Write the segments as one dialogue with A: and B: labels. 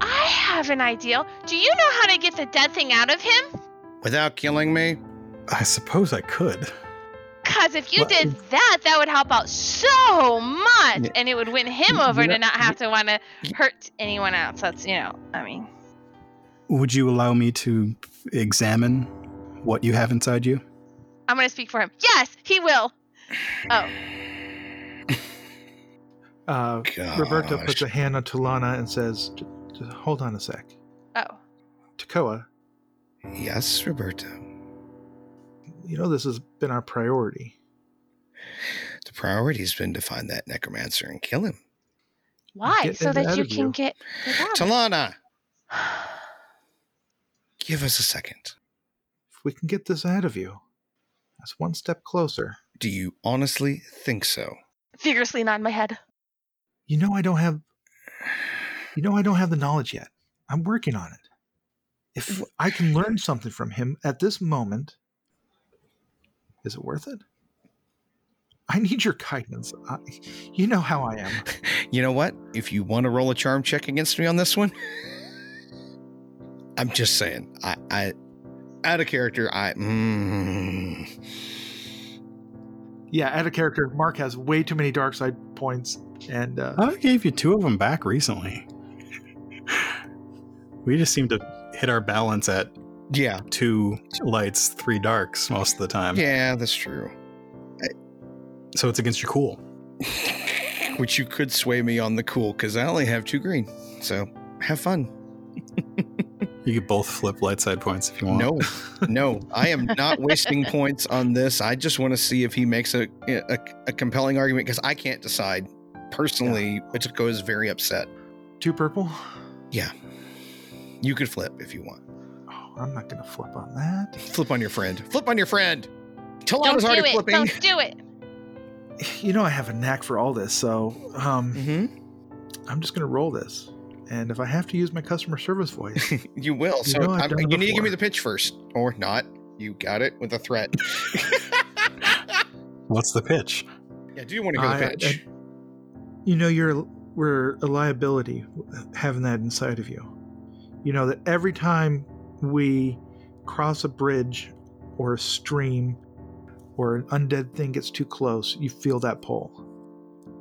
A: have an ideal. Do you know how to get the dead thing out of him?
B: Without killing me?
C: I suppose I could.
A: Because if you
C: Well-
A: did that, that would help out so much,
C: Yeah.
A: and it would win him
C: Y-
A: over
C: yeah,
A: to not have to want to hurt anyone else. That's you know, I mean,
C: Would you allow me to examine what you have inside you?
A: I'm gonna speak for him. Yes, he will. Oh,
D: Uh,
B: Gosh.
D: Roberta puts a hand on Tulana and says, "J- j- "Hold on a sec,
A: oh,
D: Takoa.
B: Yes, Roberta.
D: You know this has been our priority.
B: The priority's been to find that necromancer and kill him.
A: why?
D: Get
A: so
D: it
A: that
D: out
A: you
D: of
A: can
D: you.
A: get. it out of-
B: Talana, give us a second.
D: If we can get this out of you, that's one step closer.
B: Do you honestly think so?
A: Vigorously nod my head.
D: You know I don't have. You know I don't have the knowledge yet. I'm working on it. If I can learn something from him at this moment, is it worth it? I need your guidance. I, you know how I am.
B: You know what? If you want to roll a charm check against me on this one, I'm just saying. I, I out of character. I. Mm,
D: Yeah, out of character. Mark has way too many dark side points, and uh,
C: I gave you two of them back recently. we just seem to hit our balance at
B: yeah,
C: two lights, three darks most of the time.
B: yeah, that's true.
C: So it's against your cool.
B: Which you could sway me on the cool because I only have two green. So have fun.
C: You could both flip light side points if you want.
B: No, no, I am not wasting points on this. I just want to see if he makes a a, a compelling argument because I can't decide. Personally, Otoko is very upset.
D: two purple.
B: You could flip if you want.
D: Oh, I'm not gonna flip on that.
B: Flip on your friend. Flip on your friend.
A: Don't
B: Talana's
A: do
B: already
A: it.
B: flipping.
A: Don't do it.
D: You know I have a knack for all this, so um,
B: Mm-hmm.
D: I'm just gonna roll this. And if I have to use my customer service voice,
B: You will. So
D: know I've
B: I'm,
D: done
B: you
D: it
B: need to give me
D: before.
B: the pitch first, or not. You got it with a threat.
C: What's the pitch?
B: yeah, do you want to go
D: I-
B: the pitch?
D: you know you're we're a liability having that inside of you. You know that every time we cross a bridge or a stream or an undead thing gets too close, you feel that pull.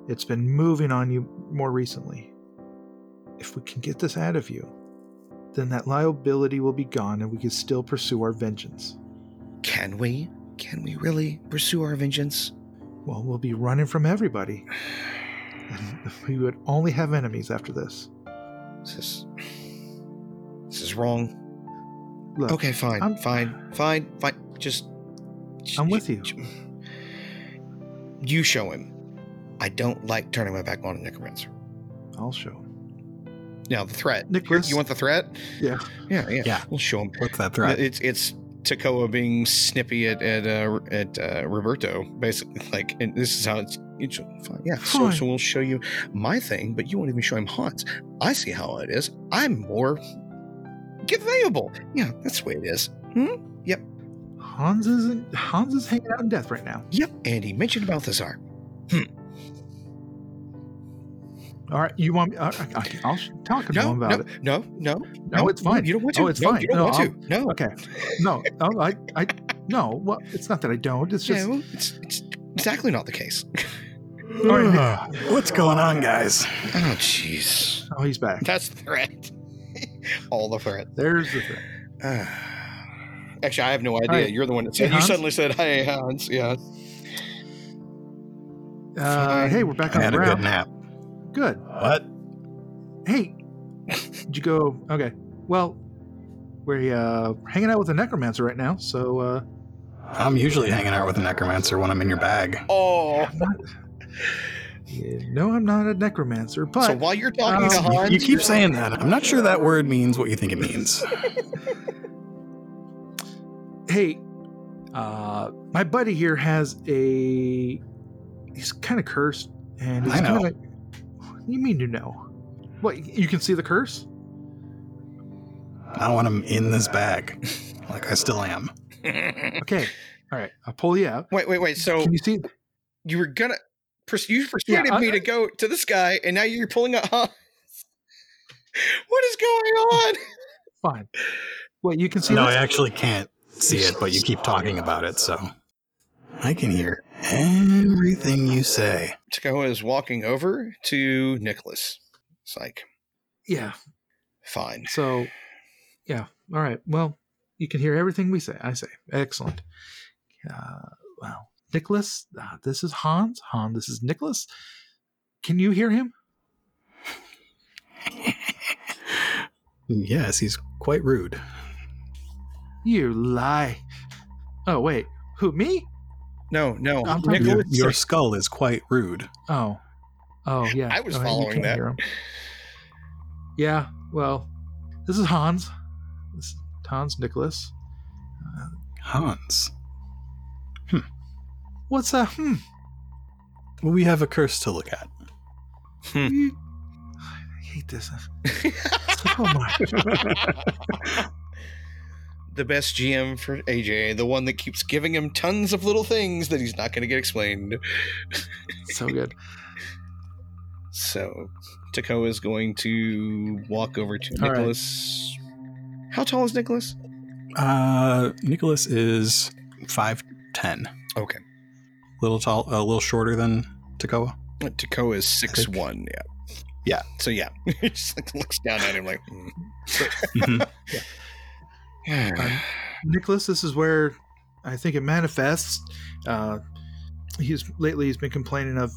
D: It's been moving on you more recently. If we can get this out of you, then that liability will be gone and we can still pursue our vengeance.
B: Can we? Can we really pursue our vengeance?
D: Well, we'll be running from everybody. And we would only have enemies after this.
B: This is this is wrong.
D: Look,
B: Okay, fine,
D: I'm-
B: fine, fine, fine. Just
D: I'm with you.
B: You show him. I don't like turning my back on a necromancer.
D: I'll show him.
B: Now the threat.
D: Nicholas.
B: You want the threat?
D: Yeah.
B: Yeah, yeah.
C: Yeah.
B: We'll show him.
C: What's that threat?
B: It's it's Tacoa being snippy at at uh, at uh, Roberto, basically. Like, and this is how it's. it's fine. Yeah. So,
D: Fine.
B: so we'll show you my thing, but you won't even show him Hans. I see how it is. I'm more conveyable. Yeah, that's the way it is.
D: Hans isn't Hans is hanging out in death right now.
B: Yep. And he mentioned Balthazar.
D: All right, you want me? I, I, I'll sh- talk to
B: No,
D: him
B: no,
D: about it.
B: no, no, no.
D: No, it's fine.
B: You don't want to.
D: No, it's
B: no,
D: fine.
B: You don't
D: No,
B: want
D: I'll-
B: to. No.
D: Okay, no, oh, I, I, no. Well, it's not that I don't. It's just
B: no, it's, it's exactly not the case.
D: all right, Nick-
C: Ugh. What's going on, guys?
B: Oh, jeez.
D: oh, he's back.
B: That's the threat. All the threat.
D: There's the thing.
B: Uh, actually, I have no idea.
D: right.
B: You're the one that
D: Hey,
B: said you
D: Hans?
B: suddenly said, "Hey, Hans." Yeah.
D: Uh, hey, we're back
C: I
D: on
C: had
D: the
C: a good
D: ground.
C: nap.
D: Good.
C: What?
D: Hey, did you go? Okay. Well, we're uh, hanging out with a necromancer right now, so uh,
C: I'm usually hanging out with a necromancer when I'm in your bag.
B: Oh.
D: yeah, no, I'm not a necromancer, but
B: so while you're talking to
D: um,
B: Hans,
C: You keep saying that. I'm not sure that word means what you think it means.
D: hey, uh, my buddy here has a. He's kind of cursed, and he's
C: I know.
D: kind of. What do you mean you know? What you can see the curse?
C: I don't want him in this bag. Like I still am.
D: Okay, all right, I'll pull you out.
B: wait, wait, wait. So
D: Can you see?
B: you were gonna pers- you persuaded
D: I-
B: me to go to this guy, and now you're pulling out Hans. What is going on?
D: Fine. Well, you can see
C: no,
D: this?
C: I actually can't see it, but you keep talking about it, so I can hear everything you say.
B: Takoa is walking over to Nicholas. It's like,
D: yeah.
B: fine.
D: So, yeah. All right. Well, you can hear everything we say. I say, excellent. Uh, well, Nicholas, uh, this is Hans. Hans, this is Nicholas. Can you hear him?
C: Yes, he's quite rude.
D: You lie. Oh wait, who me?
B: No, no.
D: I'm talking-
C: Your,
B: Nicholas,
C: your skull is quite rude.
D: Oh, oh yeah.
B: I was
D: Oh, you
B: following
D: can't
B: that.
D: hear him. Yeah. Well, this is Hans. This is Hans Nicholas.
C: Hans.
D: What's that? Hmm.
C: Well, we have a curse to look at.
D: You- I hate this Oh, so much.
B: the best GM for AJ, the one that keeps giving him tons of little things that he's not going to get explained.
D: so good.
B: So, Takoa is going to walk over to
D: All right.
B: Nicholas. How tall is Nicholas?
C: Uh, Nicholas is five ten,
B: Okay.
C: little tall, a little shorter than Takoa.
B: Takoa is six
C: Six.
B: one. Yeah.
C: Yeah.
B: So yeah, he just like looks down at him like. "Hmm."
C: Mhm.
D: Um, Nicholas, this is where I think it manifests. Uh, he's lately he's been complaining of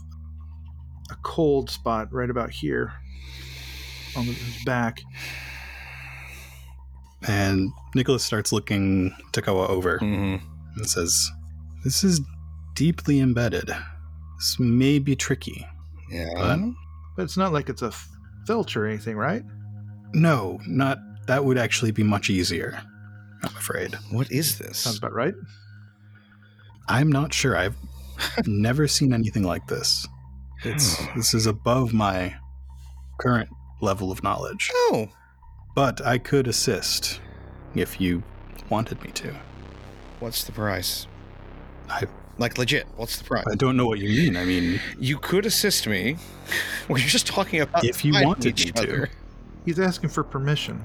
D: a cold spot right about here on his back.
C: and Nicholas starts looking Takoa over
B: Mhm.
C: and says, "This is deeply embedded. This may be tricky.
B: Yeah.
C: But-
D: But it's not like it's a f- filter or anything, right?
C: No, not that would actually be much easier. I'm afraid.
B: What is
D: Sounds
B: this?
D: about right.
C: I'm not sure. I've never seen anything like this. It's this is above my current level of knowledge."
B: Oh,
C: but I could assist if you wanted me to.
B: what's the price?
C: I-
B: like legit. What's the price?
C: I don't know what you mean. I mean,
B: You could assist me. We're just talking about
C: If you
B: fighting
C: wanted
B: each
C: me to.
B: other.
D: He's asking for permission.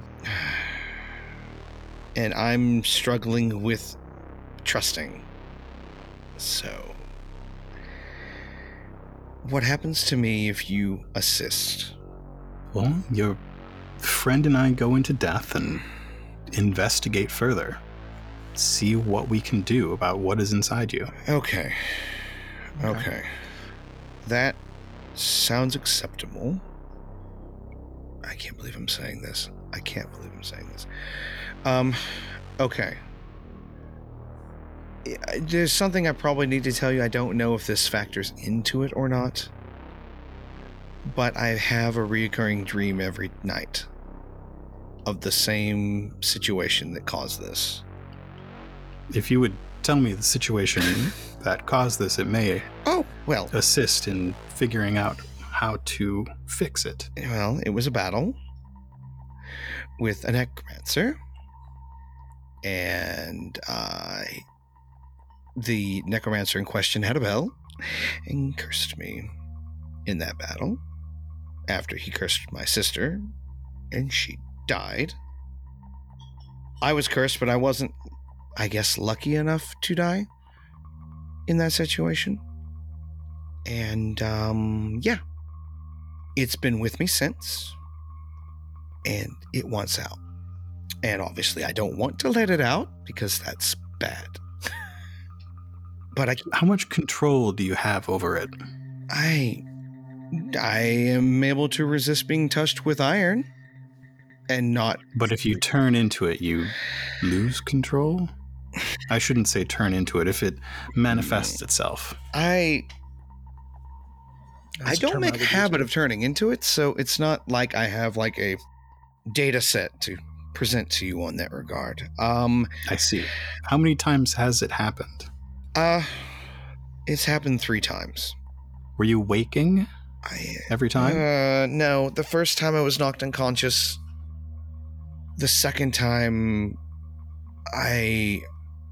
B: and I'm struggling with trusting. So, what happens to me if you assist?
C: well, your friend and I go into depth and investigate further. See what we can do about what is inside you.
B: Okay, okay, that sounds acceptable. I can't believe I'm saying this. I can't believe I'm saying this. Um, okay. I- There's something I probably need to tell you. I don't know if this factors into it or not. But I have a recurring dream every night of the same situation that caused this.
C: If you would tell me the situation that caused this, it may
B: Oh, well,
C: assist in figuring out how to fix it.
B: Well, it was a battle with a necromancer, and uh, the necromancer in question had a bell and cursed me in that battle. After he cursed my sister, and she died. I was cursed, but I wasn't, I guess, lucky enough to die in that situation. And um, yeah, it's been with me since and it wants out and obviously i don't want to let it out because that's bad but i
C: How much control do you have over it?
B: i i am able to resist being touched with iron and not
C: But if you turn into it, you lose control? I shouldn't say turn into it if it manifests itself.
B: i I
D: That's a
B: don't
D: term
B: make
D: would
B: a
D: use.
B: habit of turning into it, so it's not like I have like a data set to present to you on that regard. Um
C: I see. How many times has it happened?
B: uh it's happened 3 times.
C: Were you waking
B: I
C: every time?
B: Uh, no. The first time I was knocked unconscious. The second time, I.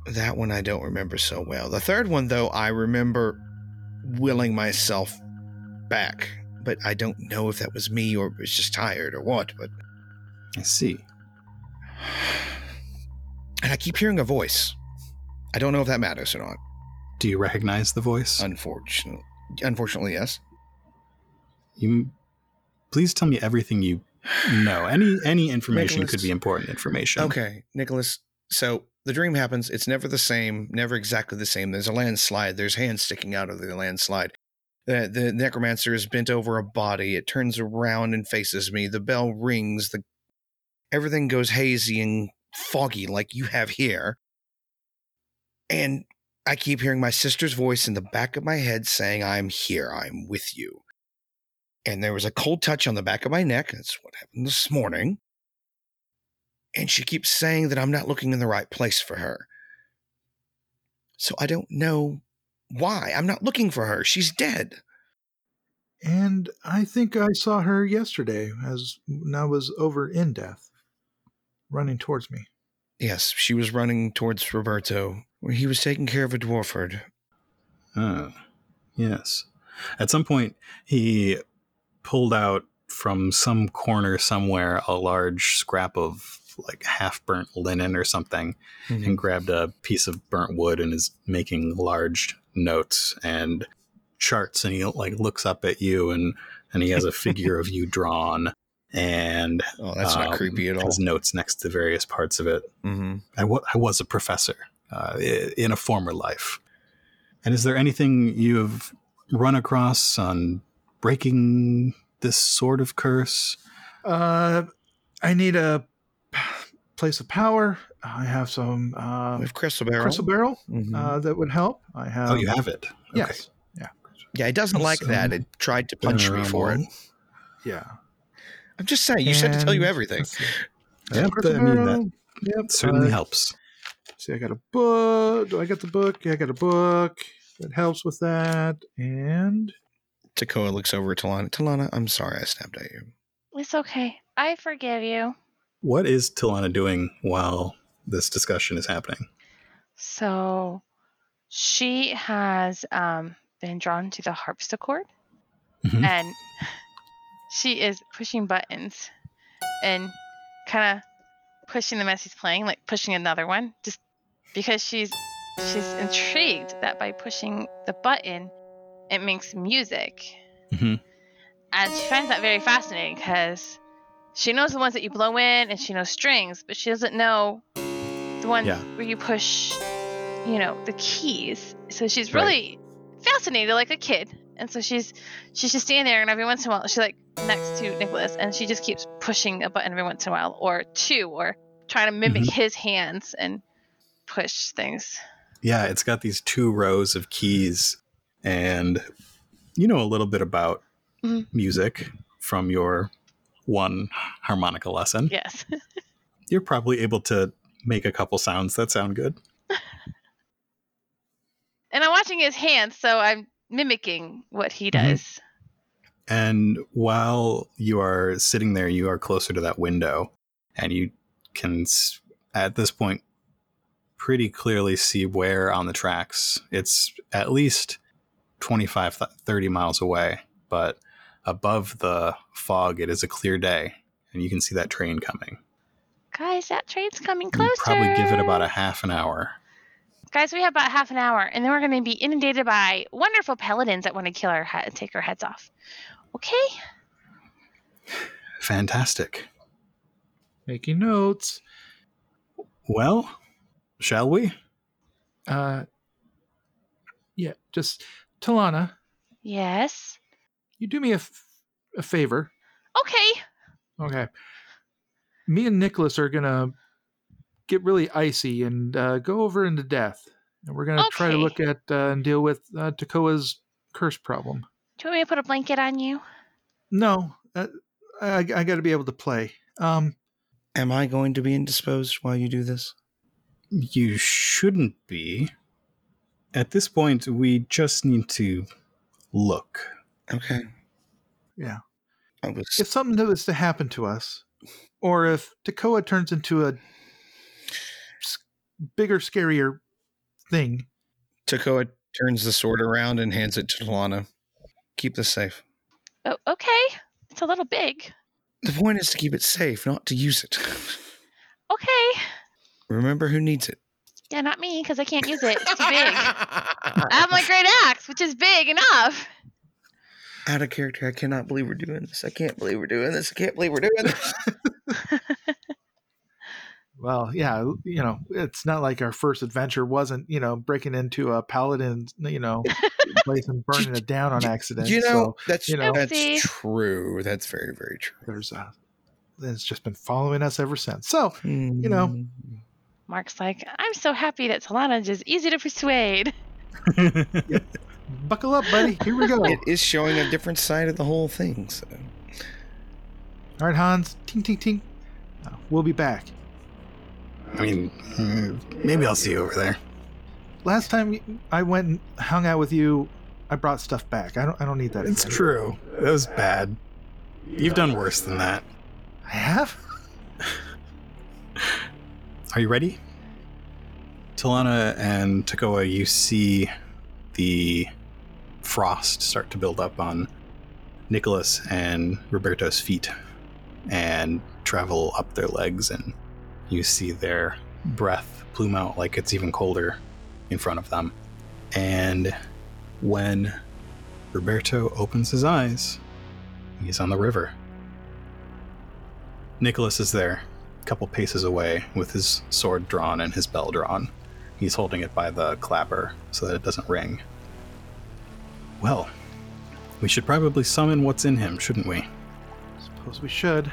B: That one I don't remember so well. The third one, though, I remember willing myself back, but I don't know if that was me or it was just tired or what, but
C: I see.
B: And I keep hearing a voice. I don't know if that matters or not.
C: Do you recognize the voice?
B: Unfortunately, unfortunately, yes.
C: you please tell me everything you know. Any any information
B: Nicholas.
C: could be important information.
B: Okay, Nicholas. So the dream happens. It's never the same, never exactly the same. There's a landslide. There's hands sticking out of the landslide. The, the necromancer is bent over a body. It turns around and faces me. The bell rings. The everything goes hazy and foggy, like you have here. And I keep hearing my sister's voice in the back of my head saying, "I'm here. I'm with you." And there was a cold touch on the back of my neck. That's what happened this morning and she keeps saying that I'm not looking in the right place for her. So I don't know why. I'm not looking for her. She's dead.
D: And I think I saw her yesterday as when I was over in death, running towards me.
B: Yes, she was running towards Roberto, where he was taking care of a dwarford.
C: Oh, yes. At some point, he pulled out from some corner somewhere a large scrap of like half burnt linen or something
D: Mm-hmm.
C: and grabbed a piece of burnt wood and is making large notes and charts and he like looks up at you and and he has a figure of you drawn and
B: Oh, that's not
C: um,
B: creepy at all.
C: has notes next to various parts of it
B: Mm-hmm.
C: I wa- I was a professor uh, i- in a former life. And is there anything you have run across on breaking this sort of curse?
D: Uh, I need a p- place of power. I have some
B: We
D: um,
B: have Crystal Barrel.
D: crystal barrel
B: Mhm.
D: uh, that would help. I have.
C: Mm-hmm. oh,
B: Um,
C: you have it.
D: Yes.
B: yeah, it doesn't like that.
C: so-
B: It tried to punch
C: Uh,
B: me for it.
D: Yeah.
B: I'm just saying, you said to tell you
D: And-
B: everything.
D: let's see.
C: Yep,
D: Crystal
C: I mean,
D: barrel.
C: that
D: Yep.
C: certainly
D: uh,
C: helps.
D: See, I got a book. Do I got the book? Yeah, I got a book that helps with that. And
B: Takoa looks over at Talana. Talana, I'm sorry I snapped at you.
A: It's okay. I forgive you.
C: What is Tilana doing while this discussion is happening?
A: So she has um, been drawn to the harpsichord
C: Mhm.
A: and she is pushing buttons and kind of pushing the mess he's playing, like pushing another one, just because she's she's intrigued that by pushing the button it makes music.
C: Mhm.
A: And she finds that very fascinating because she knows the ones that you blow in and she knows strings, but she doesn't know the ones
C: Yeah.
A: where you push, you know, the keys. So she's
C: Right.
A: really fascinated, like a kid. And so she's she's just standing there, and every once in a while, she's like next to Nicholas, and she just keeps pushing a button every once in a while, or two, or trying to
C: Mm-hmm.
A: mimic his hands and push things.
C: Yeah, it's got these two rows of keys, and you know a little bit about
A: Mhm.
C: music from your one harmonica lesson.
A: Yes.
C: You're probably able to make a couple sounds that sound good.
A: and I'm watching his hands, so I'm mimicking what he
C: Mm-hmm.
A: does.
C: And while you are sitting there, you are closer to that window, and you can, s- at this point, pretty clearly see where on the tracks. It's at least 25, th- 30 miles away, but above the fog, it is a clear day, and you can see that train coming.
A: Guys, that train's coming
C: You
A: closer.
C: probably give it about a half an hour.
A: Guys, we have about half an hour, and then we're going to be inundated by wonderful paladins that want to kill our head and take our heads off. Okay.
C: Fantastic.
D: making notes.
C: Well, shall we?
D: Uh, yeah, just Talana,
A: Yes.
D: you do me a, f- a favor.
A: Okay.
D: Okay. Me and Nicholas are gonna get really icy and uh, go over into death, and we're gonna try to
A: Okay.
D: look at uh, and deal with uh, Tacoa's curse problem.
A: Do you want me to put a blanket on you?
D: No, uh, I, I got to be able to play. Um,
B: Am I going to be indisposed while you do this?
C: you shouldn't be. At this point, we just need to look.
B: Okay.
D: Yeah.
B: I was
D: if something that was to happen to us, or if Tacoa turns into a s- bigger, scarier thing,
B: Takoa turns the sword around and hands it to Talana. Keep this safe.
A: Oh, okay. It's a little big.
B: The point is to keep it safe, not to use it.
A: Okay.
B: Remember who needs it.
A: Yeah, not me, because I can't use it. It's too big. I have my great axe, which is big enough.
B: Out of character, I cannot believe we're doing this. I can't believe we're doing this. I can't believe we're doing this.
D: Well, yeah, you know, it's not like our first adventure wasn't, you know, breaking into a paladin, you know, place and burning it down on accident.
B: you know,
D: so
B: that's
D: you know.
A: Oopsie.
B: that's true. That's very, very true.
D: there's a, it's just been following us ever since. So
B: You
D: know.
A: Mark's like, I'm so happy that Solange is easy to persuade.
D: buckle up, buddy. Here we go.
B: it is showing a different side of the whole thing. So
D: All right, Hans. Ting, ting, ting. Uh, we'll be back.
C: I mean, uh, maybe I'll see you over there.
D: Last time I went and hung out with you, I brought stuff back. I don't. I don't need that.
C: It's
D: again.
C: true. That was bad. You've done worse than that.
D: I have.
C: Are you ready? Talana and Takoa, you see the frost start to build up on Nicholas and Roberto's feet and travel up their legs, and you see their breath plume out like it's even colder in front of them. And when Roberto opens his eyes, he's on the river. Nicholas is there, couple paces away with his sword drawn and his bell drawn. He's holding it by the clapper so that it doesn't ring. Well, we should probably summon what's in him, shouldn't we?
D: Suppose we should.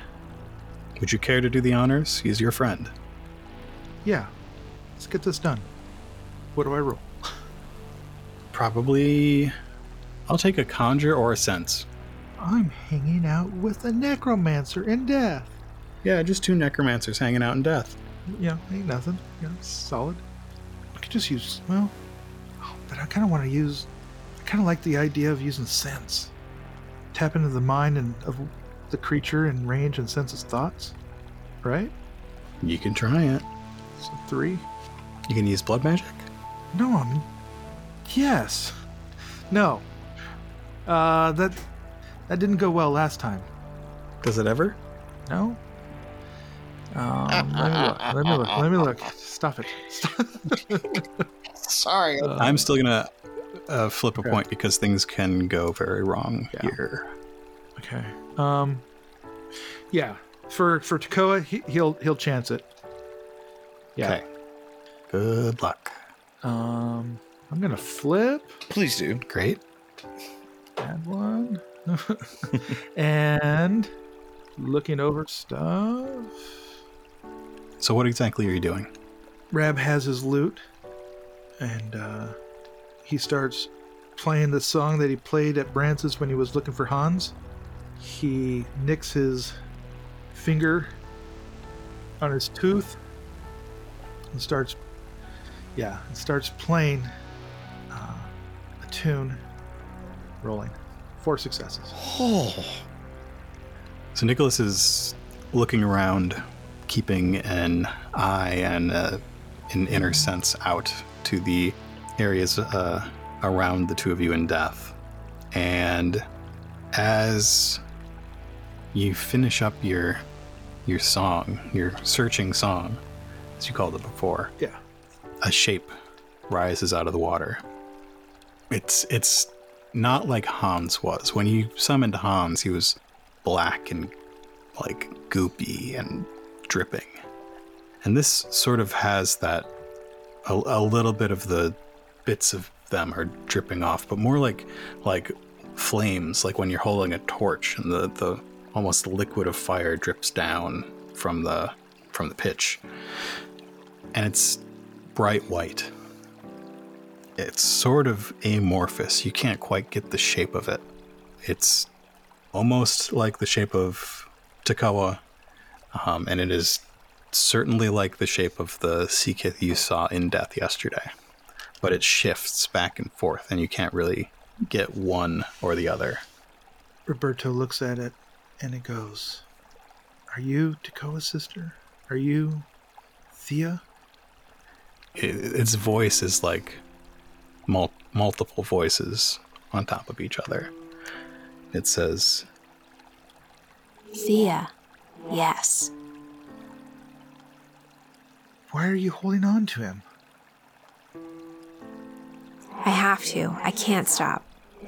C: Would you care to do the honors? He's your friend.
D: Yeah. Let's get this done. What do I roll?
C: Probably. I'll take a conjure or a sense.
D: I'm hanging out with a necromancer in death.
C: Yeah, just two necromancers hanging out in death.
D: You know, ain't nothing. You know, it's solid. I could just use well, oh, but I kind of want to use. I kind of like the idea of using sense. Tap into the mind and of the creature and range and sense its thoughts. Right?
C: You can try it.
D: So three.
C: You can use blood magic.
D: No, I'm. Yes. No. Uh, that that didn't go well last time.
C: Does it ever?
D: No. Um, let me look. Let me look. Let me look. ah, Stop it. Stop.
B: sorry.
D: Uh,
C: I'm still gonna uh, flip a
D: okay.
C: point because things can go very wrong
D: Yeah.
C: here.
D: Okay. Um. Yeah. For for Takoa, he, he'll he'll chance it. Yeah.
C: Okay. Good luck.
D: Um. I'm gonna flip.
B: Please do.
C: Great.
D: Add one. and looking over stuff.
C: So what exactly are you doing?
D: Rab has his lute, and uh, he starts playing the song that he played at Brance's when he was looking for Hans. He nicks his finger on his tooth and starts, yeah, and starts playing uh, a tune. Rolling, four successes.
B: Oh,
C: So Nicholas is looking around, keeping an eye and uh, an inner sense out to the areas uh, around the two of you in death. And as you finish up your your song, your searching song, as you called it before,
D: Yeah.
C: a shape rises out of the water. It's it's not like Hans was. When you summoned Hans, he was black and like goopy and dripping. And this sort of has that a, a little bit of the bits of them are dripping off, but more like like flames, like when you're holding a torch and the, the almost liquid of fire drips down from the from the pitch. And it's bright white. It's sort of amorphous. You can't quite get the shape of it. It's almost like the shape of Takawa, um, and it is certainly like the shape of the sea kith you saw in death yesterday. But it shifts back and forth, and you can't really get one or the other.
D: Roberto looks at it and it goes, Are you Takoa's sister? Are you Thea?
C: I its voice is like mul- multiple voices on top of each other. It says,
E: Thea, Yes.
D: Why are you holding on to him?
E: I have to. I can't stop.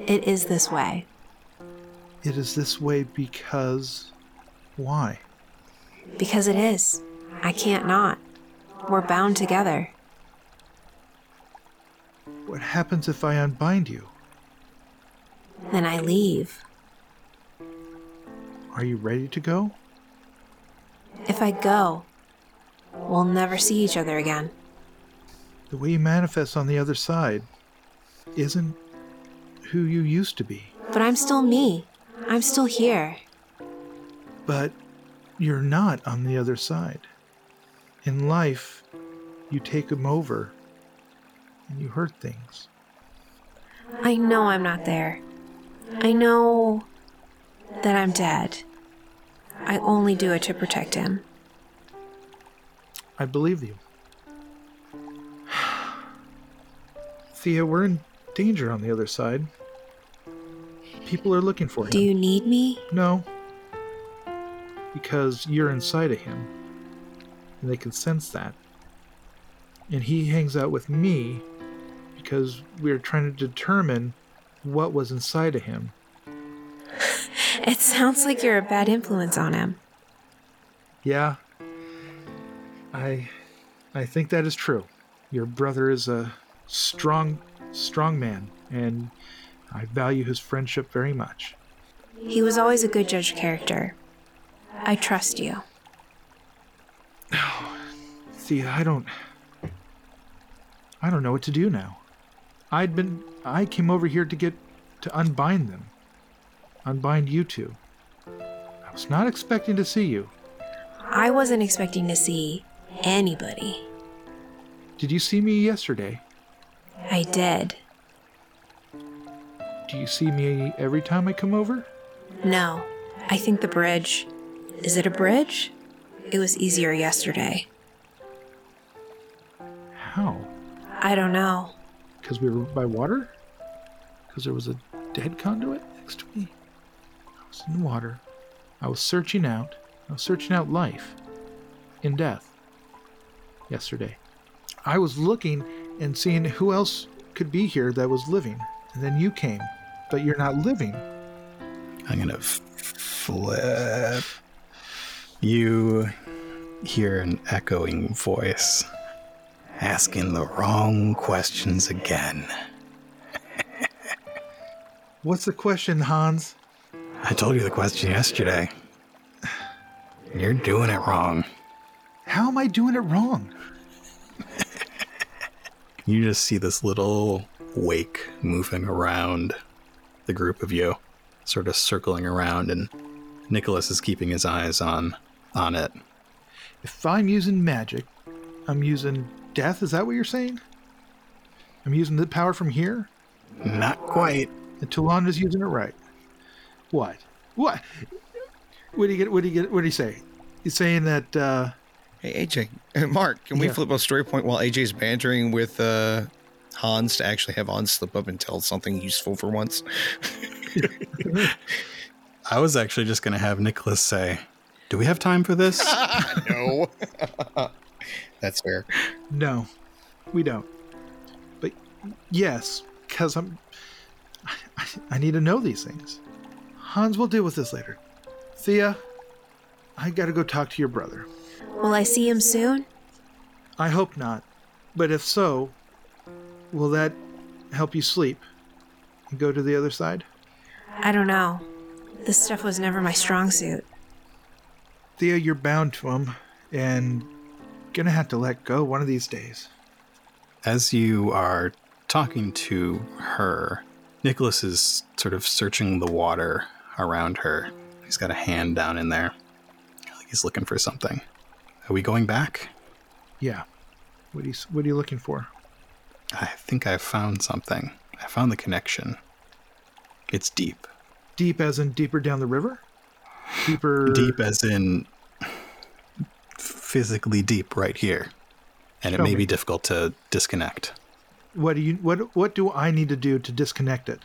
E: It is this way.
D: It is this way because. Why?
E: Because it is. I can't not. We're bound together.
D: What happens if I unbind you?
E: Then I leave.
D: Are you ready to go?
E: If I go, we'll never see each other again.
D: The way you manifest on the other side isn't who you used to be,
E: But I'm still me. I'm still here.
D: but you're not on the other side. In life, you take them over and you hurt things.
E: I know I'm not there. I know that I'm dead. I only do it to protect him.
D: I believe you. Thea, we're in danger on the other side. People are looking for him.
E: Do you need me?
D: No. Because you're inside of him. And they can sense that. And he hangs out with me because we're trying to determine what was inside of him.
E: It sounds like you're a bad influence on him.
D: Yeah. I I think that is true. Your brother is a strong strong man and I value his friendship very much.
E: He was always a good judge of character. I trust you.
D: See, I don't. I don't know what to do now. I'd been. I came over here to get. to unbind them. Unbind you two. I was not expecting to see you.
E: I wasn't expecting to see anybody.
D: Did you see me yesterday?
E: I did.
D: Do you see me every time I come over?
E: No, I think the bridge. Is it a bridge? It was easier yesterday.
D: How?
E: I don't know.
D: Because we were by water? Because there was a dead conduit next to me? I was in the water. I was searching out. I was searching out life in death yesterday. I was looking and seeing who else could be here that was living. And then you came. But you're not living.
C: I'm gonna f- flip. You hear an echoing voice asking the wrong questions again.
D: What's the question, Hans?
C: I told you the question yesterday. You're doing it wrong.
D: How am I doing it wrong?
C: You just see this little wake moving around the group of you, sort of circling around, and Nicholas is keeping his eyes on on it.
D: If I'm using magic, I'm using death. Is that what you're saying? I'm using the power from here?
C: Not quite.
D: And Tulana's using it right. What? What? What do you get? What do you get? What do you say? He's saying that. uh
B: Hey, AJ, uh, Mark, can we
D: Yeah.
B: flip a story point while AJ's bantering with uh, Hans to actually have Hans slip up and tell something useful for once?
C: I was actually just gonna have Nicholas say, "Do we have time for this?"
B: no. That's fair.
D: No, we don't. But yes, because I'm. I, I need to know these things. Hans, we'll deal with this later. Thea, I gotta go talk to your brother.
E: Will I see him soon?
D: I hope not. But if so, will that help you sleep and go to the other side?
E: I don't know. This stuff was never my strong suit.
D: Thea, you're bound to him and gonna have to let go one of these days.
C: As you are talking to her, Nicholas is sort of searching the water around her. He's got a hand down in there. Like he's looking for something. Are we going back?
D: Yeah. What are you, what are you looking for?
C: I think I found something. I found the connection. It's deep.
D: Deep as in deeper down the river? Deeper.
C: Deep as in physically deep right here. And it
D: Show
C: may
D: me.
C: be difficult to disconnect.
D: What do you what what do I need to do to disconnect it?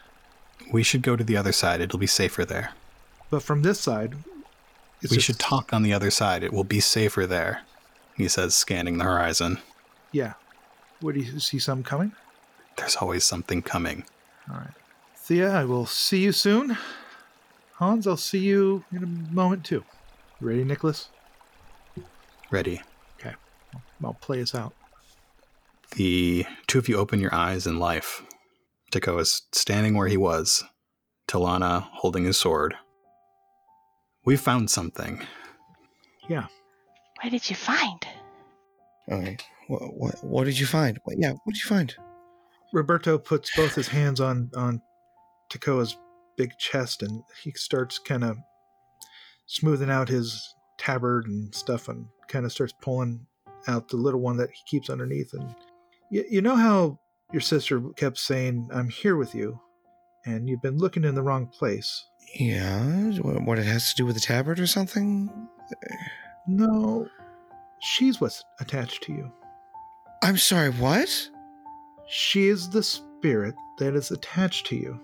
C: We should go to the other side. It'll be safer there.
D: But from this side, It's
C: we
D: just-
C: should talk on the other side. It will be safer there, he says, scanning the horizon.
D: Yeah. What do you see? Some coming.
C: There's always something coming.
D: All right. Thea, I will see you soon. Hans, I'll see you in a moment too. Ready, Nicholas?
C: Ready.
D: I'll play us out.
C: The two of you open your eyes in life. Tycho is standing where he was, Talana holding his sword. We found something.
A: What did you find?
B: All right. What, what, what did you find? What, yeah, what did you find?
D: Roberto puts both his hands on on Takoa's big chest and he starts kind of smoothing out his tabard and stuff and kind of starts pulling out the little one that he keeps underneath and you, you know how your sister kept saying I'm here with you and you've been looking in the wrong place
B: Yeah, what, what it has to do with the tabard or something?
D: no she's what's attached to you
B: I'm sorry, what?
D: she is the spirit that is attached to you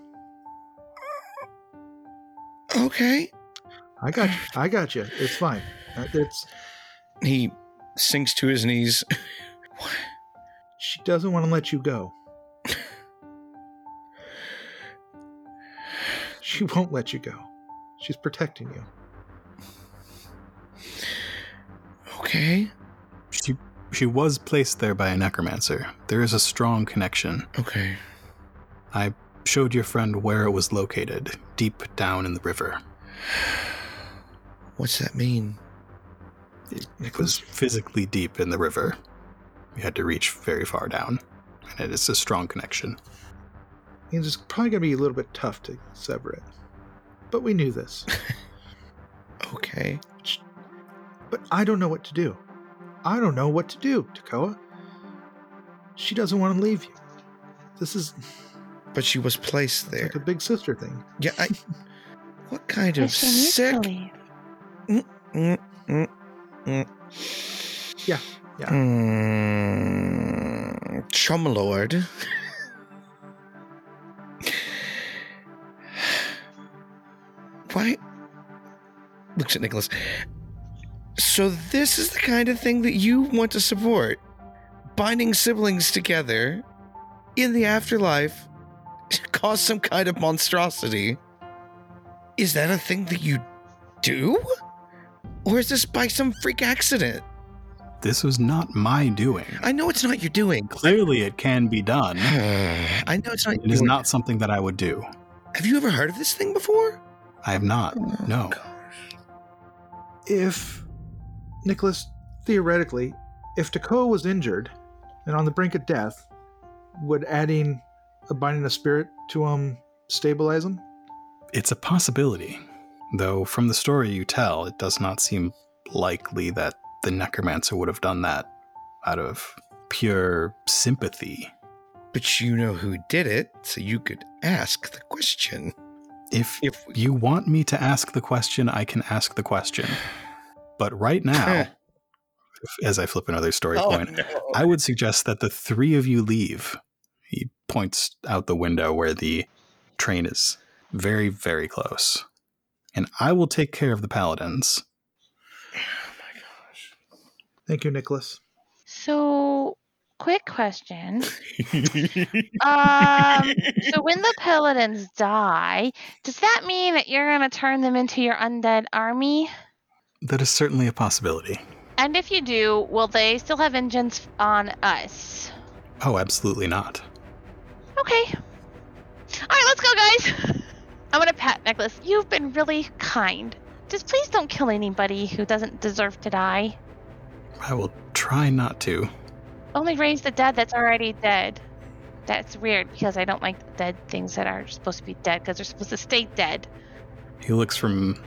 B: Okay.
D: I got you I got you it's fine Uh, it's
B: He sinks to his knees.
D: She doesn't want to let you go. she won't let you go. She's protecting you.
B: Okay.
C: She she was placed there by a necromancer. There is a strong connection.
B: Okay.
C: I showed your friend where it was located, deep down in the river.
B: What's that mean?
C: It was physically deep in the river. We had to reach very far down, and it is a strong connection.
D: And it's probably going to be a little bit tough to sever it. But we knew this.
B: Okay.
D: but I don't know what to do. I don't know what to do, Takoa. She doesn't want to leave you. This is
B: But she was placed
D: it's
B: there.
D: like a big sister thing.
B: Yeah, I. What kind of
A: Christian, you
B: sick?
A: believe.
B: Mm, mm, mm.
D: Yeah, yeah.
B: Mm, Chumlord. Why? Looks at Nicholas. So this is the kind of thing that you want to support, binding siblings together in the afterlife to cause some kind of monstrosity. Is that a thing that you do? Or is this by some freak accident?
C: This was not my doing.
B: I know it's not your doing.
C: Clearly, it can be done.
B: I know it's not
C: It
B: your
C: is
B: doing.
C: not something that I would do.
B: Have you ever heard of this thing before?
C: I have not. No.
D: If, Nicholas, theoretically, if Takoa was injured and on the brink of death, would adding a binding of spirit to him stabilize him?
C: It's a possibility, though, from the story you tell, it does not seem likely that the necromancer would have done that out of pure sympathy.
B: But you know who did it, so you could ask the question.
C: If
B: If
C: you want me to ask the question, I can ask the question. But right now, as I flip another story
B: Oh,
C: point,
B: no.
C: I would suggest that the three of you leave. He points out the window where the train is very, very close. And I will take care of the paladins.
D: Thank you, Nicholas.
A: So, quick question. um, so when the paladins die, does that mean that you're going to turn them into your undead army?
C: That is certainly a possibility.
A: And if you do, will they still have vengeance on us?
C: Oh, absolutely not.
A: Okay. All right, let's go, guys. I'm gonna pat Necklace. You've been really kind. Just please don't kill anybody who doesn't deserve to die.
C: I will try not to.
A: Only raise the dead that's already dead. That's weird because I don't like dead things that are supposed to be dead because they're supposed to stay dead.
C: He looks from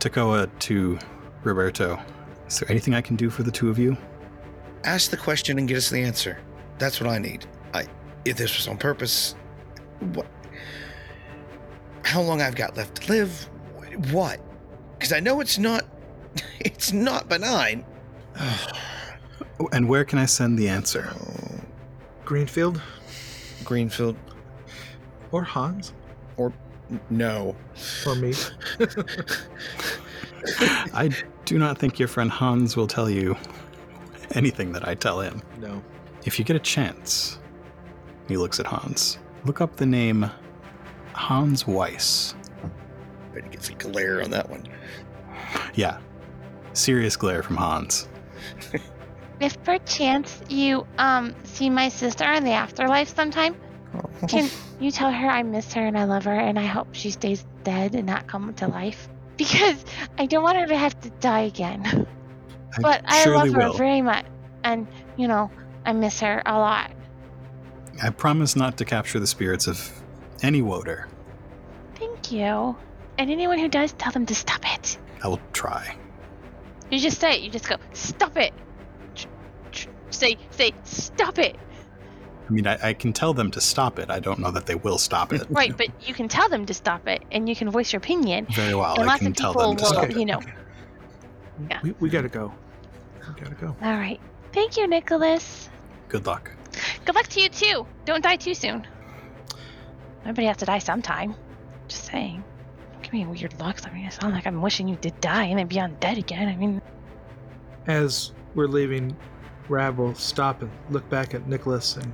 C: Takoa to Roberto. Is there anything I can do for the two of you?
B: ask the question and get us the answer. That's what I need. I if this was on purpose, what? How long I've got left to live? wh- What? Because I know it's not. It's not benign.
C: Oh, And where can I send the answer?
D: Greenfield
B: Greenfield,
D: or Hans
B: no.
D: or me.
C: I do not think your friend Hans will tell you anything that I tell him.
D: No.
C: If you get a chance, he looks at Hans. Look up the name Hans Weiss.
B: But he gets a glare on that one.
C: Yeah. Serious glare from Hans.
F: If perchance you um see my sister in the afterlife sometime,
C: Oh.
F: can you tell her I miss her and I love her and I hope she stays dead and not come to life? Because I don't want her to have to die again.
C: I
F: But I
C: surely
F: love her
C: will.
F: very much and you know, I miss her a lot.
C: I promise not to capture the spirits of any Woder.
F: Thank you. And anyone who does, tell them to stop it.
C: I will try.
F: You just say it. You just go, stop it. Tr- tr- Say, say, stop it.
C: I mean, I, I can tell them to stop it. I don't know that they will stop it.
F: Right, but you can tell them to stop it, and you can voice your opinion.
C: Very well. I
F: Unless
C: can
F: the
C: tell
F: people
C: them to
F: will-
C: stop it.
F: you know. Yeah.
D: We, we gotta go. We gotta go.
F: All right. Thank you, Nicholas.
C: Good luck.
F: Good luck to you too. Don't die too soon. Everybody has to die sometime. Just saying. Don't Give me weird looks. I mean, it's not like I'm wishing you did die and then be undead again. I mean,
D: As we're leaving, Rab will stop and look back at Nicholas, and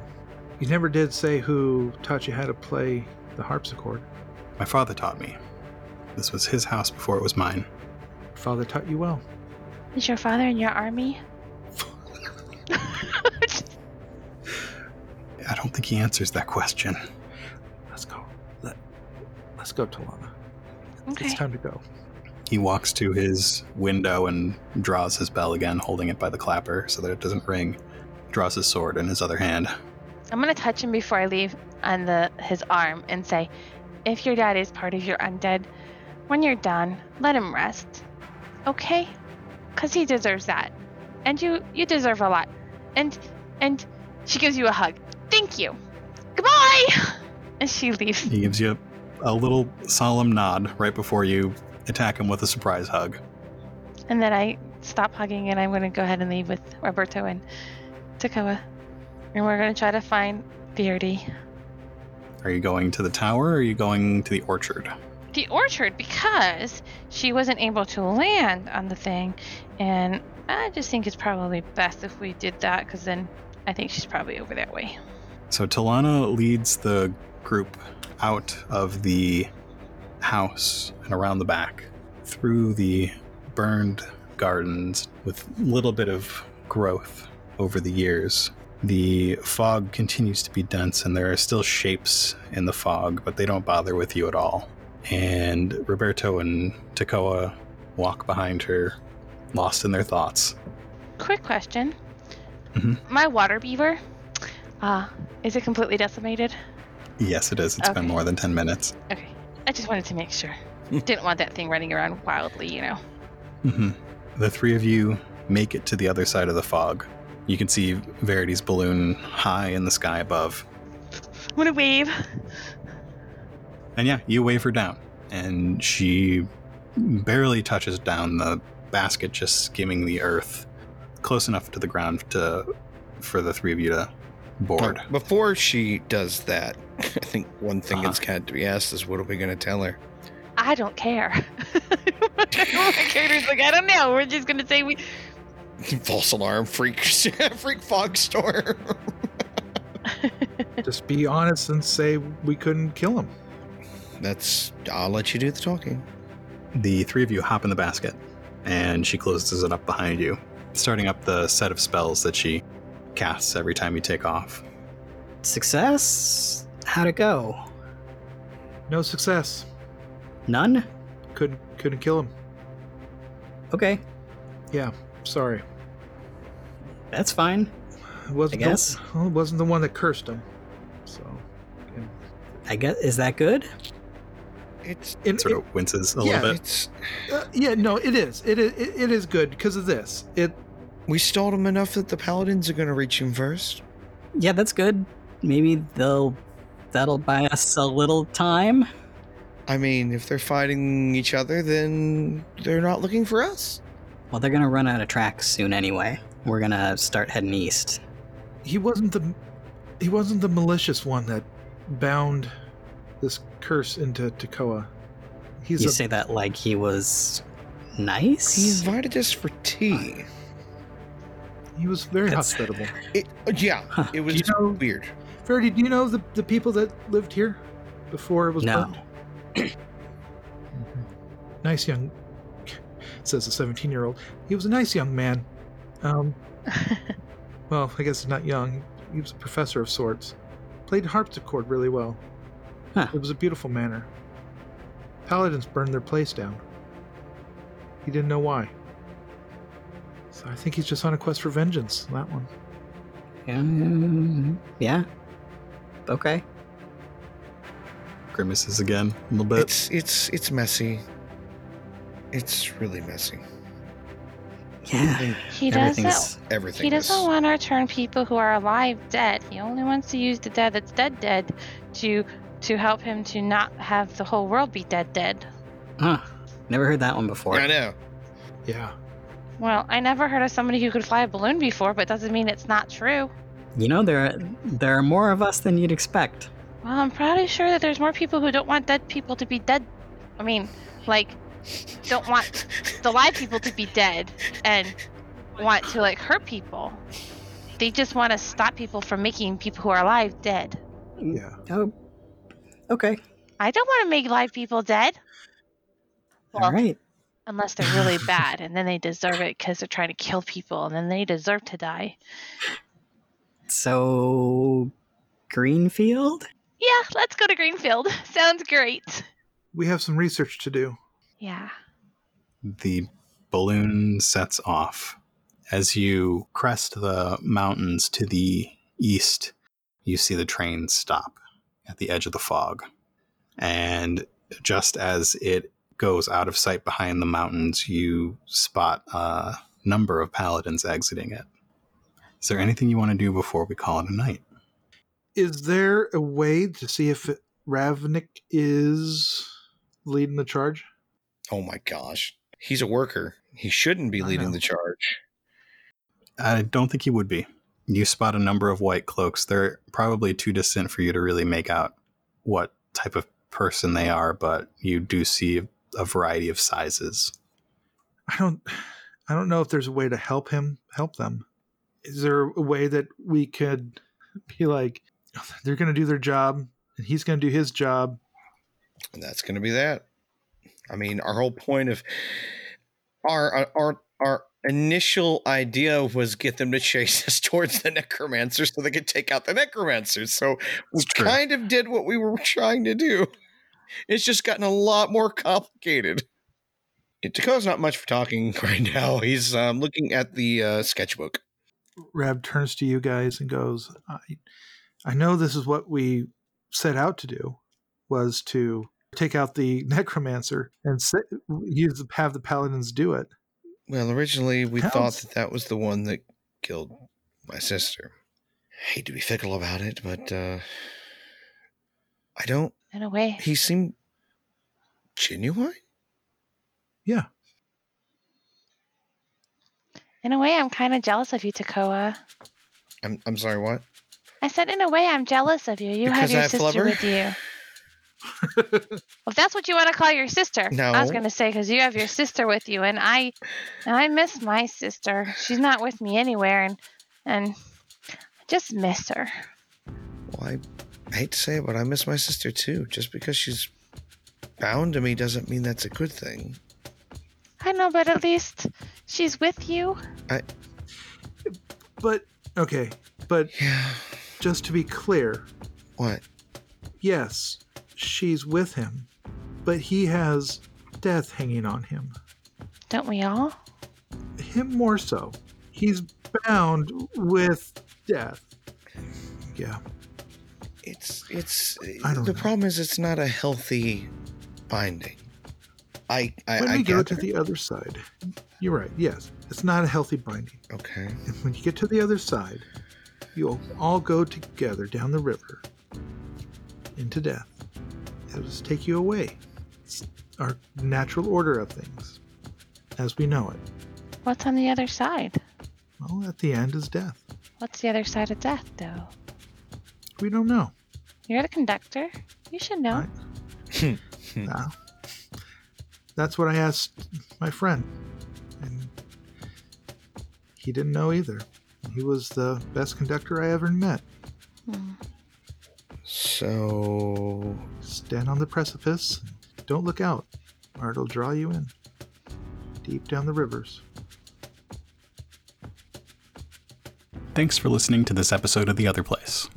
D: you never did say who taught you how to play the harpsichord.
C: My father taught me. This was his house before it was mine.
D: Father taught you well.
F: is your father in your army?
C: I don't think he answers that question.
D: Let's go. Let, let's go, Talana.
F: Okay.
D: It's time to go.
C: He walks to his window and draws his bell again, holding it by the clapper so that it doesn't ring. Draws his sword in his other hand.
A: I'm gonna touch him before I leave on the his arm and say, if your dad is part of your undead, when you're done, let him rest. Okay? Cause he deserves that. And you you deserve a lot. And and she gives you a hug. Thank you. Goodbye And she leaves.
C: He gives you a little solemn nod right before you attack him with a surprise hug.
A: And then I stop hugging and I'm going to go ahead and leave with Roberto and Takawa. And we're going to try to find Verdi.
C: Are you going to the tower or are you going to the orchard?
A: The orchard because she wasn't able to land on the thing. And I just think it's probably best if we did that because then I think she's probably over that way.
C: So Talana leads the group out of the house and around the back through the burned gardens with little bit of growth over the years. The fog continues to be dense and there are still shapes in the fog, but they don't bother with you at all. And Roberto and Takoa walk behind her, lost in their thoughts.
A: Quick question.
C: Mhm.
A: My water beaver, uh, is it completely decimated?
C: Yes, it is. It's
A: Okay.
C: been more than 10 minutes.
A: Okay. I just wanted to make sure. Didn't want that thing running around wildly, you know.
C: hmm The three of you make it to the other side of the fog. You can see Verity's balloon high in the sky above.
A: I'm going to wave.
C: And yeah, you wave her down, and she barely touches down the basket, just skimming the earth close enough to the ground to for the three of you to board.
G: Oh.
B: But before she does that, I think one thing that's had to be asked is what are we going to tell her?
A: I don't care. My character's like, I don't know. We're just gonna say we.
B: False alarm, freak, freak fog storm.
D: Just be honest and say we couldn't kill him.
B: That's. I'll let you do the talking.
C: The three of you hop in the basket, and she closes it up behind you, starting up the set of spells that she casts every time you take off.
G: Success? How'd it go?
D: No success.
G: None?
D: Couldn't couldn't kill him.
G: Okay,
D: Sorry.
G: that's fine.
D: It wasn't
G: I guess.
D: The, well, it wasn't the one that cursed him. So
G: I guess is that good?
B: It's.
D: in,
C: Sort of winces a
D: yeah,
C: little bit.
B: It's.
D: uh, yeah, no, it is. It is it, it is good because of this. It
B: We stalled him enough that the paladins are going to reach him first.
G: Yeah, that's good. Maybe they'll that'll buy us a little time.
B: I mean, if they're fighting each other, then they're not looking for us.
G: Well, they're gonna run out of tracks soon anyway. We're gonna start heading east.
D: he wasn't the he wasn't the malicious one that bound this curse into Tekoa. He's
G: you
D: a
G: say that like he was
B: He
G: nice?
B: invited us for tea.
D: He was very
G: That's-
D: hospitable.
B: It, uh, yeah,
G: Huh.
B: it
D: Do
B: was
D: you know,
B: weird.
D: Verdi, do you know the, the people that lived here before it was
G: No.
D: burnt? Nice young, says the 17 year old. He was a nice young man. Um, well, I guess he's not young. He was a professor of sorts. Played harpsichord really well.
G: Huh.
D: It was a beautiful manner. Paladins burned their place down. He didn't know why. So I think he's just on a quest for vengeance, that one.
G: Um, yeah. Okay.
C: Grimaces again a little bit.
B: It's it's it's messy. It's really messy.
G: Yeah.
A: He doesn't.
G: Everything's.
B: Everything.
A: He doesn't
B: is-
A: want to turn people who are alive dead. He only wants to use the dead that's dead dead to to help him to not have the whole world be dead dead.
G: Huh. Never heard that one before.
B: I know.
D: Yeah.
A: Well, I never heard of somebody who could fly a balloon before, but doesn't mean it's not true.
G: You know, there are, there are more of us than you'd expect.
A: Well, I'm pretty sure that there's more people who don't want dead people to be dead. I mean, like, don't want the live people to be dead and want to, like, hurt people. They just want to stop people from making people who are alive dead.
D: Yeah.
G: Oh. Okay.
A: I don't want to make live people dead.
G: All
A: Well,
G: right.
A: unless they're really bad and then they deserve it because they're trying to kill people and then they deserve to die.
G: So, Greenfield?
A: Yeah, let's go to Greenfield. Sounds great.
D: We have some research to do.
A: Yeah.
C: the balloon sets off. As you crest the mountains to the east, you see the train stop at the edge of the fog. And just as it goes out of sight behind the mountains, you spot a number of paladins exiting it. Is there anything you want to do before we call it a night?
D: Is there a way to see if Ravnik is leading the charge?
B: Oh my gosh. He's a worker. He shouldn't be
D: I
B: leading
D: know.
B: the charge.
C: I don't think he would be. You spot a number of white cloaks. They're probably too distant for you to really make out what type of person they are, but you do see a variety of sizes.
D: I don't I don't know if there's a way to help him help them. Is there a way that we could be like "Oh, they're going to do their job and he's going to do his job?
B: And that's going to be that. I mean, our whole point of our our our initial idea was get them to chase us towards the necromancer so they could take out the necromancer. So we
C: It's true.
B: kind of did what we were trying to do. It's just gotten a lot more complicated. Dakota's not much for talking right now. He's um, looking at the uh, sketchbook.
D: Rab turns to you guys and goes, "I I know this is what we set out to do was to take out the necromancer and sit, use the, have the paladins do it.
B: Well, originally we
D: How-
B: thought that that was the one that killed my sister. hate to be fickle about it, but uh, I don't.
A: In a way.
B: He seemed genuine.
A: In a way, I'm kind of jealous of you, Takoa.
B: I'm I'm sorry. What?
A: I said, in a way, I'm jealous of you. You have
B: Because
A: your
B: I have
A: sister
B: flubber?
A: with you. Well, if that's what you want to call your sister, I was
B: No.
A: going to say because you have your sister with you, and I, and I miss my sister. She's not with me anywhere, and and I just miss her.
B: Well, I, I hate to say it, but I miss my sister too. Just because she's bound to me doesn't mean that's a good thing.
A: I know, but at least she's with you.
D: But okay, but
B: Yeah.
D: just to be clear,
B: What?
D: yes, she's with him, but he has death hanging on him.
A: Don't we all?
D: Him more so. He's bound with death. Yeah.
B: It's it's
D: I don't
B: the
D: know.
B: problem is it's not a healthy binding. I I,
D: when
B: I
D: we go
B: gather.
D: to the other side, you're right. Yes, it's not a healthy binding.
B: okay.
D: And when you get to the other side, you'll all go together down the river into death. It'll just take you away. It's our natural order of things as we know it.
A: What's on the other side?
D: Well, at the end is death.
A: What's the other side of death, though?
D: We don't know.
A: You're the conductor. You should know.
D: Right. Uh, That's what I asked my friend. And he didn't know either. He was the best conductor I ever met.
B: So
D: Stand on the precipice. Don't look out, or it'll draw you in. Deep down the rivers.
C: Thanks for listening to this episode of The Other Place.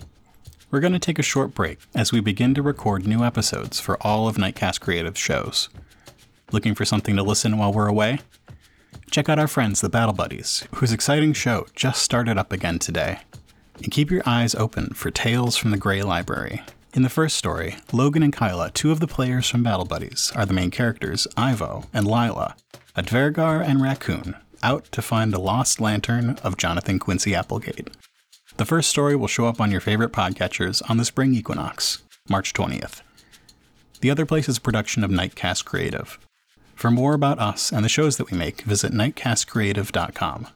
C: We're going to take a short break as we begin to record new episodes for all of Nightcast Creative's shows. Looking for something to listen while we're away? Check out our friends, the Battle Buddies, whose exciting show just started up again today. And keep your eyes open for Tales from the Grey Library. In the first story, Logan and Kyla, two of the players from Battle Buddies, are the main characters, Ivo and Lila, a Dvergar and raccoon, out to find the lost lantern of Jonathan Quincy Applegate. The first story will show up on your favorite podcatchers on the spring equinox, March 20th. The Other Place is a production of Nightcast Creative. For more about us and the shows that we make, visit nightcastcreative.com.